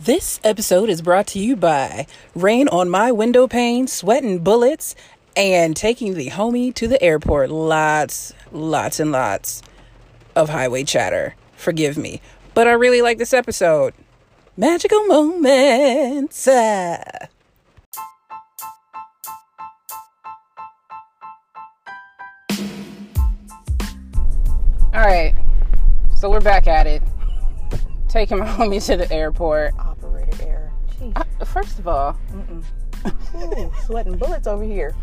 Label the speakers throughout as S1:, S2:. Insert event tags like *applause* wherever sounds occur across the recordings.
S1: This episode is brought to you by Rain on My Window Pane, Sweating Bullets, and Taking the Homie to the Airport. Lots, lots, and lots of highway chatter. Forgive me. But I really like this episode. Magical moments. Ah. All right. So we're back at it. *laughs* Taking my homie to the airport.
S2: operated air. Jeez,
S1: First of all,
S2: ooh, sweating bullets over here.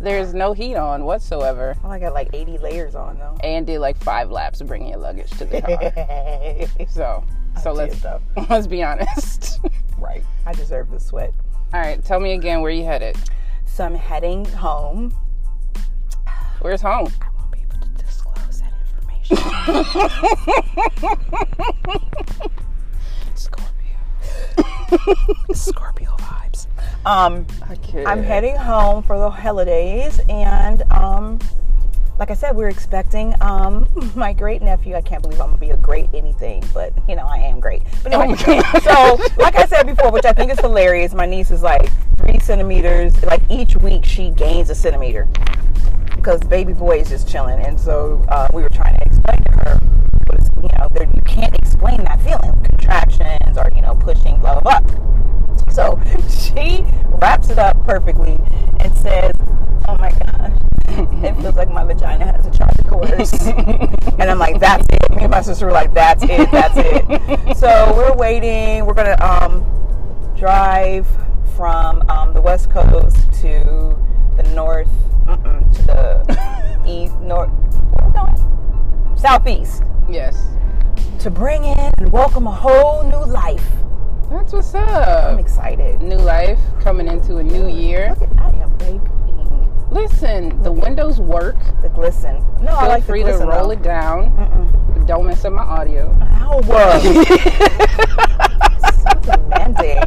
S1: There's no heat on whatsoever.
S2: Oh, I got like 80 layers on *laughs* though.
S1: And did like five laps bringing your luggage to the
S2: *laughs*
S1: car. so, so let's
S2: though.
S1: *laughs* let's be honest. *laughs*
S2: Right. I deserve the sweat.
S1: All right, tell me again where you headed.
S2: So I'm heading home.
S1: Where's home?
S2: I won't be able to disclose that *laughs*
S1: Scorpio.
S2: information. *laughs* Scorpio vibes. Um,
S1: I kid.
S2: I'm heading home for the holidays, and um, like I said, we're expecting um *laughs* my great nephew. I can't believe I'm gonna be a great anything, but you know I am great. But anyway, *laughs* so like I said before, which I think is hilarious. My niece is like three centimeters. Like each week, she gains a centimeter because baby boy is just chilling, and so uh, we were trying to explain to her. what is- You know, there, you can't explain that feeling, contractions or you know pushing, blah blah blah. So *laughs* she wraps it up perfectly and says, Oh my gosh, it feels like my vagina has a charge course. and I'm like, That's it. Me and my sister were like, That's it, that's it. so we're waiting. We're going to um, drive from um, the West Coast to the North, mm-mm, to the East, North, where we going? Southeast
S1: Yes.
S2: to bring in and welcome a whole new life.
S1: That's what's
S2: I'm
S1: up.
S2: excited.
S1: New life coming into a new year.
S2: Look at I am baking
S1: Listen, the windows work. Feel
S2: the glisten. No, I like
S1: free
S2: the
S1: to
S2: glisten.
S1: roll it down. Don't mess up my audio.
S2: Ow! *laughs* so demanding.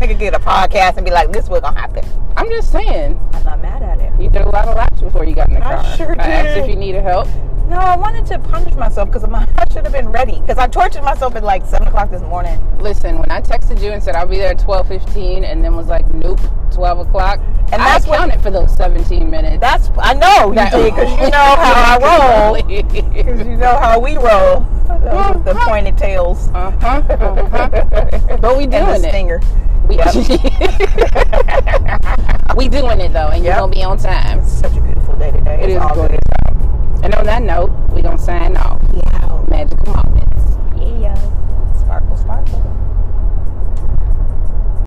S2: I could get a podcast and be like, "This was gonna happen."
S1: I'm just saying,
S2: I'm not mad at it.
S1: you did a lot of laps before you got in the
S2: I
S1: car.
S2: sure
S1: I asked
S2: did.
S1: if you needed help.
S2: No, I wanted to punish myself because *laughs* I should have been ready. Because I tortured myself at like seven o'clock this morning.
S1: Listen, when I texted you and said I'll be there at twelve fifteen, and then was like, nope, twelve o'clock,
S2: And
S1: I
S2: that's what-
S1: counted for those seventeen minutes.
S2: That's I know you did because you know *laughs* how I
S1: *laughs*
S2: roll.
S1: roll.
S2: Because you know how we roll. Those- The pointed tails *laughs*
S1: uh huh. Uh-huh. But we
S2: and the
S1: doing it.
S2: stinger.
S1: We, *laughs*
S2: *laughs*
S1: we doing it though, and
S2: Yep.
S1: you're gonna be on time.
S2: Such a beautiful day today.
S1: It
S2: It's
S1: is
S2: all
S1: going to. And on that note, we gonna sign off.
S2: Yeah.
S1: Magical moments.
S2: Yeah.